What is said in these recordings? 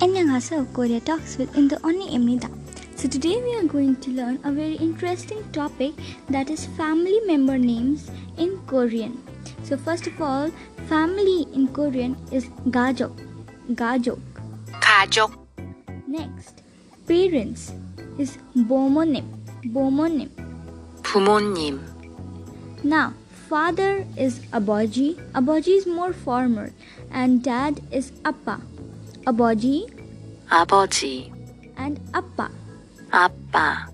Bhasa of Korea Talks with Indooni Emnida. E So today we are going to learn a very interesting topic that is family member names in Korean. So first of all, family in Korean is gajok. Gajok. 가족, Next, parents is bomonim. Bomonim. 부모님, Now, father is aboji. Aboji is more formal, and dad is appa. Aboji 아버지, and appa. 아빠,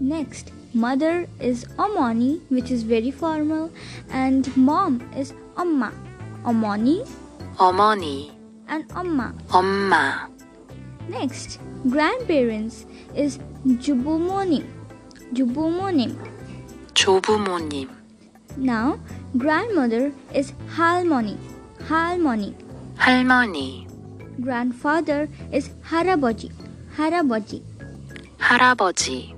Next, mother is omoni, which is very formal, and mom is amma. Omoni 어머니, and amma. 엄마, Next, grandparents is jubumonim. Jubumonim. 조부모님, Now, grandmother is halmoni. Halmoni. 할머니, Grandfather is haraboji. Haraboji. 할아버지,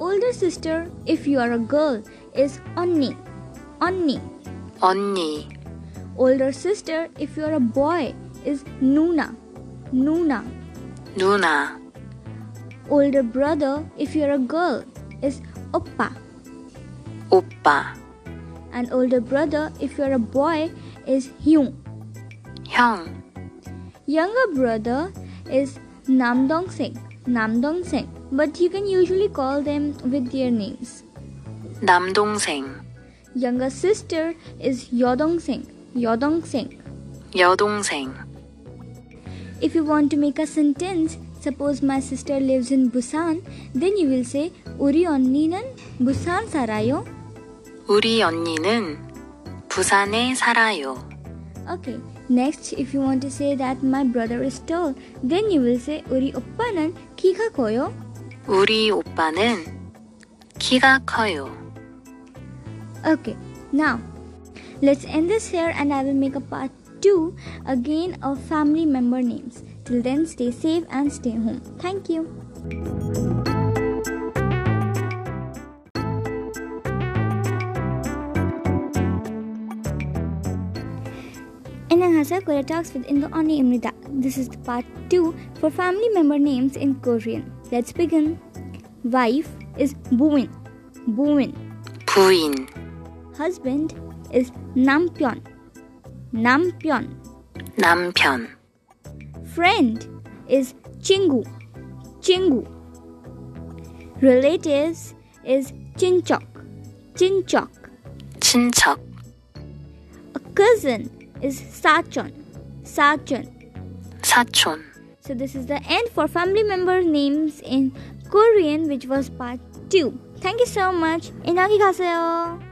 Older sister, if you are a girl, is onni. Onni. 언니, Older sister, if you are a boy, is nuna. Nuna. 누나, Older brother, if you are a girl, is oppa. 오빠, And older brother, if you are a boy, is hyung. 형, Younger brother is namdong sing. Namdong sing. But you can usually call them with their names. 남동생, Younger sister is Yodong Singh. Yodong Singh. 여동생, If you want to make a sentence, suppose my sister lives in Busan, then you will say 우리 언니는 부산 살아요. 우리 언니는 부산에 살아요. Okay. Next, if you want to say that my brother is tall, then you will say 우리 오빠는 키가 커요. 우리 오빠는 키가 커요. Okay. Now, let's end this here and I will make a part 2 again of family member names. Till then, stay safe and stay home. Thank you. Inanghasa Korea Talks with Indo Oni Imrita. This is the part 2 for family member names in Korean. Let's begin. Wife is Buin. Buin. 부인, husband is nampyon nampyon 남편, friend is chingu chingu relatives is chinchok chinchok 친척, a cousin is sachon sachon 사촌. so this is the end for family member names in korean which was part 2 thank you so much inagi 가세요